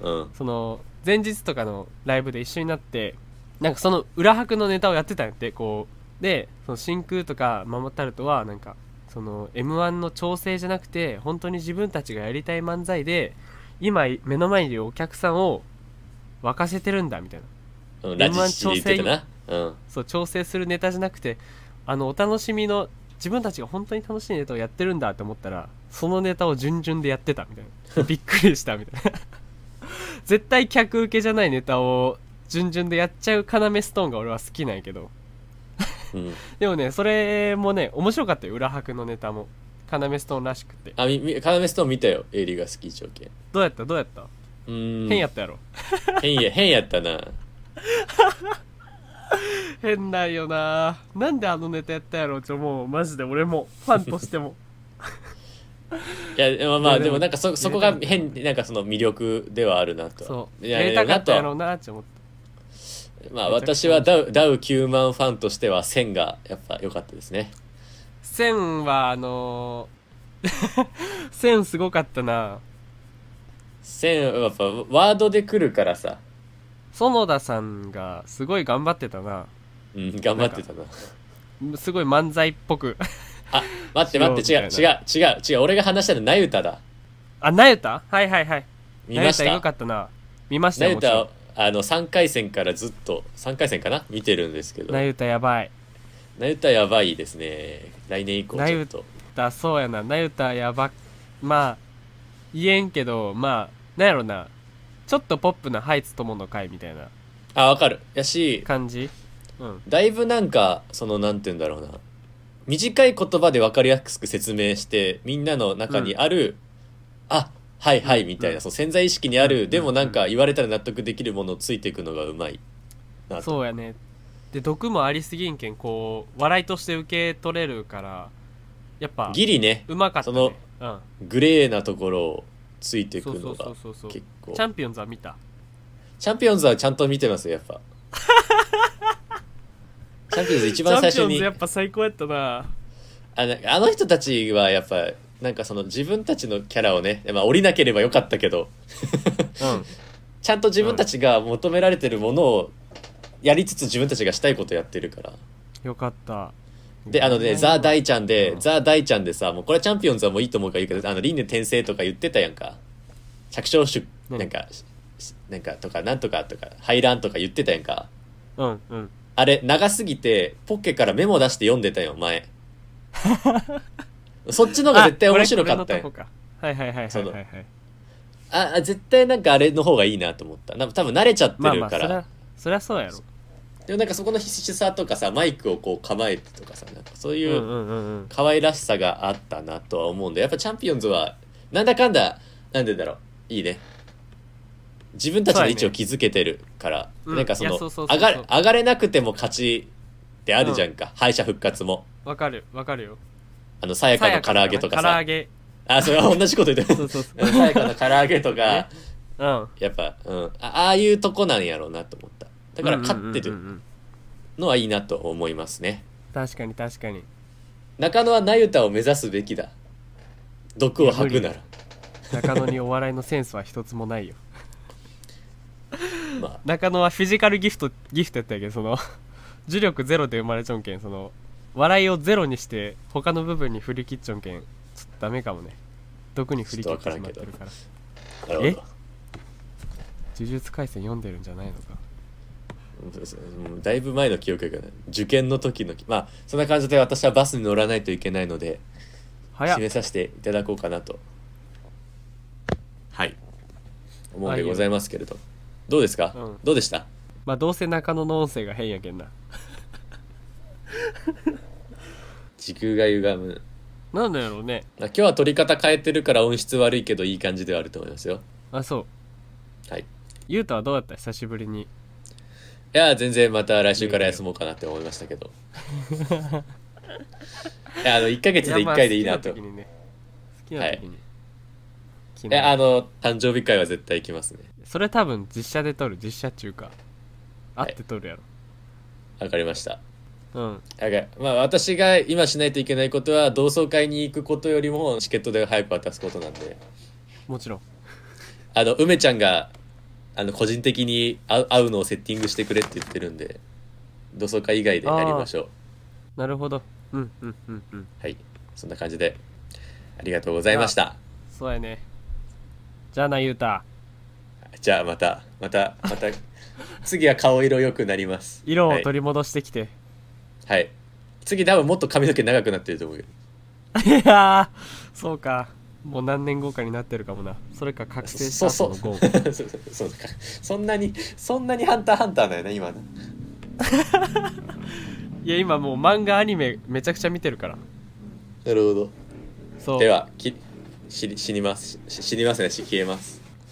[SPEAKER 3] うん
[SPEAKER 1] その前日とかのライブで一緒になってなんかその裏拍のネタをやってたんやってこうでその真空とかママタルトはなんかその m 1の調整じゃなくて本当に自分たちがやりたい漫才で今目の前にいるお客さんを沸かせてるんだみたいな
[SPEAKER 3] うんラジチで言ってたなうん
[SPEAKER 1] そう調整するネタじゃなくてあのお楽しみの自分たちが本当に楽しいネタをやってるんだと思ったらそのネタを順々でやってたみたい なびっくりしたみたいな 絶対客受けじゃないネタを順々でやっちゃう要ストーンが俺は好きなんやけど
[SPEAKER 3] うん
[SPEAKER 1] でもねそれもね面白かったよ裏拍のネタも要ストーンらしくて
[SPEAKER 3] あみみカナメスト見たよエイリーが好き条件
[SPEAKER 1] どうやったどうやった、
[SPEAKER 3] うーん
[SPEAKER 1] 変やったやろ
[SPEAKER 3] 変や変やったな
[SPEAKER 1] 変なんよななんであのネタやったやろちょもうマジで俺もファンとしても
[SPEAKER 3] いやでもまあ
[SPEAKER 1] いやでも
[SPEAKER 3] でもなんかそそこが変なんかその魅力ではあるな と
[SPEAKER 1] そう
[SPEAKER 3] いや
[SPEAKER 1] やりたかったやろ
[SPEAKER 3] な
[SPEAKER 1] うなって思って
[SPEAKER 3] とまあ私はダウダウ9万ファンとしては1000がやっぱ良かったですね
[SPEAKER 1] 線はあの ー線すごかったな
[SPEAKER 3] 1000はやっぱワードで来るからさ、
[SPEAKER 1] 園田さんがすごい頑張ってたな
[SPEAKER 3] うん、頑張ってたな
[SPEAKER 1] すごい漫才っぽく
[SPEAKER 3] あ待って待って違う
[SPEAKER 1] し
[SPEAKER 3] 違
[SPEAKER 1] よ
[SPEAKER 3] う違う違う俺が話したのはナユタだ
[SPEAKER 1] あなゆたはいはいはい
[SPEAKER 3] 見まし
[SPEAKER 1] なゆた
[SPEAKER 3] た
[SPEAKER 1] よかったな見ました
[SPEAKER 3] ナ
[SPEAKER 1] よ
[SPEAKER 3] ユ
[SPEAKER 1] もちろ
[SPEAKER 3] タ
[SPEAKER 1] ん
[SPEAKER 3] あの3回戦からずっと3回戦かな見てるんですけど
[SPEAKER 1] なゆたやばい
[SPEAKER 3] ナユタやばいですね来年以降ちょっと
[SPEAKER 1] だそうやななゆたやばまあ言えんけどまあなんやろなちょっとポップなハイツ友の会みたいな
[SPEAKER 3] あわかるやし
[SPEAKER 1] 感じうん
[SPEAKER 3] だいぶなんかそのなんて言うんだろうな短い言葉で分かりやすく説明してみんなの中にある、あはいはいみたいな、その潜在意識にある、でもなんか言われたら納得できるものをついていくのがうまいなと
[SPEAKER 1] そうやねで毒もありすぎんけんこう笑いとして受け取れるからやっぱ
[SPEAKER 3] ギリね
[SPEAKER 1] うまかった、ね、うん
[SPEAKER 3] グレーなところをついていく
[SPEAKER 1] そ
[SPEAKER 3] の
[SPEAKER 1] うそ
[SPEAKER 3] が
[SPEAKER 1] うそうそう
[SPEAKER 3] 結構
[SPEAKER 1] チャンピオンズは見た
[SPEAKER 3] チャンピオンズはちゃんと見てますよやっ ぱチャンピオンズ一番最初に
[SPEAKER 1] ぱ最高やったな
[SPEAKER 3] あのあの人たちはやっぱなんかその自分たちのキャラをね、まあ、降りなければよかったけど
[SPEAKER 1] うん
[SPEAKER 3] ちゃんと自分たちが求められてるものをやりつつ自分たちがしたいことやってるから。
[SPEAKER 1] よかった
[SPEAKER 3] で、あのね、ザ・大ちゃんで、
[SPEAKER 1] うん
[SPEAKER 3] ザ・大ちゃんでさ、もうこれはチャンピオンズはもういいと思うから言うけど、あの、輪廻転生とか言ってたやんか。着床手、
[SPEAKER 1] 何
[SPEAKER 3] なんか、ししなんかとか、なんとかとか、排卵とか言ってたやんか。
[SPEAKER 1] うんうん
[SPEAKER 3] あれ、長すぎて、ポッケからメモ出して読んでたよ、前。 そっちの方が絶対面白かった
[SPEAKER 1] あ
[SPEAKER 3] よ
[SPEAKER 1] これ。これのとこかはいはいはいは
[SPEAKER 3] そ
[SPEAKER 1] い
[SPEAKER 3] の
[SPEAKER 1] はいはい
[SPEAKER 3] ああ絶対なんかあれの方がいいなと思ったなんか多分慣れちゃって
[SPEAKER 1] まあ
[SPEAKER 3] る
[SPEAKER 1] まあ
[SPEAKER 3] か
[SPEAKER 1] そ
[SPEAKER 3] ら、
[SPEAKER 1] りゃそりゃそうやろ
[SPEAKER 3] でもなんかそこの必死さとかさマイクをこう構えてとかさなんかそう
[SPEAKER 1] う
[SPEAKER 3] い
[SPEAKER 1] んう
[SPEAKER 3] うん
[SPEAKER 1] うんうん
[SPEAKER 3] 可愛らしさがあったなとは思うんでやっぱチャンピオンズはなんだかんだなんでだろういいね自分たちの位置を築けてるから、
[SPEAKER 1] そうやね
[SPEAKER 3] なんか
[SPEAKER 1] うん
[SPEAKER 3] そ
[SPEAKER 1] い
[SPEAKER 3] の
[SPEAKER 1] やそうそうそうそう
[SPEAKER 3] 上がれ上がれなくても勝ちってあるじゃんか、敗者復活も
[SPEAKER 1] わかるわかるよ
[SPEAKER 3] あのさやかの唐揚げとか
[SPEAKER 1] さやか
[SPEAKER 3] さ
[SPEAKER 1] の唐揚げ
[SPEAKER 3] あそれは同じこと言ってる
[SPEAKER 1] そうそう そ
[SPEAKER 3] さやかの唐揚げとか
[SPEAKER 1] ねうん
[SPEAKER 3] やっぱ、うん、あああいうとこなんやろうなと思っただから勝って
[SPEAKER 1] うんうん
[SPEAKER 3] る
[SPEAKER 1] うんうん
[SPEAKER 3] のはいいなと思いますね
[SPEAKER 1] 確かに確かに
[SPEAKER 3] 中野は那由他を目指すべきだ毒を吐くないら
[SPEAKER 1] や中野にお笑いのセンスは一つもないよ
[SPEAKER 3] まあ
[SPEAKER 1] 中野はフィジカルギフトギフトやったんやけどその呪力ゼロで生まれちょんけんその笑いをゼロにして他の部分に振り切っちょんけんちょっとダメかもね毒に振り切ってしまってるから
[SPEAKER 3] なるほ
[SPEAKER 1] 呪術廻戦読んでるんじゃないのか
[SPEAKER 3] どうんだいぶ前の記憶がない受験の時のまあそんな感じで私はバスに乗らないといけないので
[SPEAKER 1] 早
[SPEAKER 3] 締
[SPEAKER 1] っ
[SPEAKER 3] めさせていただこうかなとはい思うんでございますけれどどうですか、
[SPEAKER 1] うん
[SPEAKER 3] どうでした
[SPEAKER 1] まあどうせ中野の音声が変やけんな
[SPEAKER 3] 時空が歪む
[SPEAKER 1] なんだろうね
[SPEAKER 3] 今日は取り方変えてるから音質悪いけどいい感じではあると思いますよ
[SPEAKER 1] あそう
[SPEAKER 3] はいい
[SPEAKER 1] ゆうたはどうだった久しぶりに
[SPEAKER 3] や全然また来週から休もうかなって思いました けどいやあの1ヶ月で1回でいいなと
[SPEAKER 1] やまあ好きな時にね好きな時に、昨
[SPEAKER 3] い
[SPEAKER 1] 日
[SPEAKER 3] やあの誕生日会は絶対行きますね
[SPEAKER 1] それ多分実写で撮る実写中か会って撮るやろ、
[SPEAKER 3] わかりました
[SPEAKER 1] うん
[SPEAKER 3] だからまあ私が今しないといけないことは同窓会に行くことよりもチケットで早く渡すことなんで
[SPEAKER 1] もちろん
[SPEAKER 3] あの梅ちゃんがあの個人的に会う会うのをセッティングしてくれって言ってるんで同窓会以外でやりましょう
[SPEAKER 1] なるほどうんうんうんうん
[SPEAKER 3] はいそんな感じでありがとうございました
[SPEAKER 1] そうやねじゃあなゆうた
[SPEAKER 3] じゃあまたまたまた次は顔色良くなります
[SPEAKER 1] 色を
[SPEAKER 3] はい、
[SPEAKER 1] 取り戻してきて、
[SPEAKER 3] はい次多分もっと髪の毛長くなってると思うけど
[SPEAKER 1] い、やーそうかもう何年後かになってるかもなそれか覚醒した後の
[SPEAKER 3] そ
[SPEAKER 1] ゴ
[SPEAKER 3] う
[SPEAKER 1] ー
[SPEAKER 3] そうそうそうかそんなにそんなにハンターハンターだよね今の
[SPEAKER 1] いや今もう漫画アニメめちゃくちゃ見てるから
[SPEAKER 3] なるほど
[SPEAKER 1] そう
[SPEAKER 3] ではき死に死にますし死にますねし消えます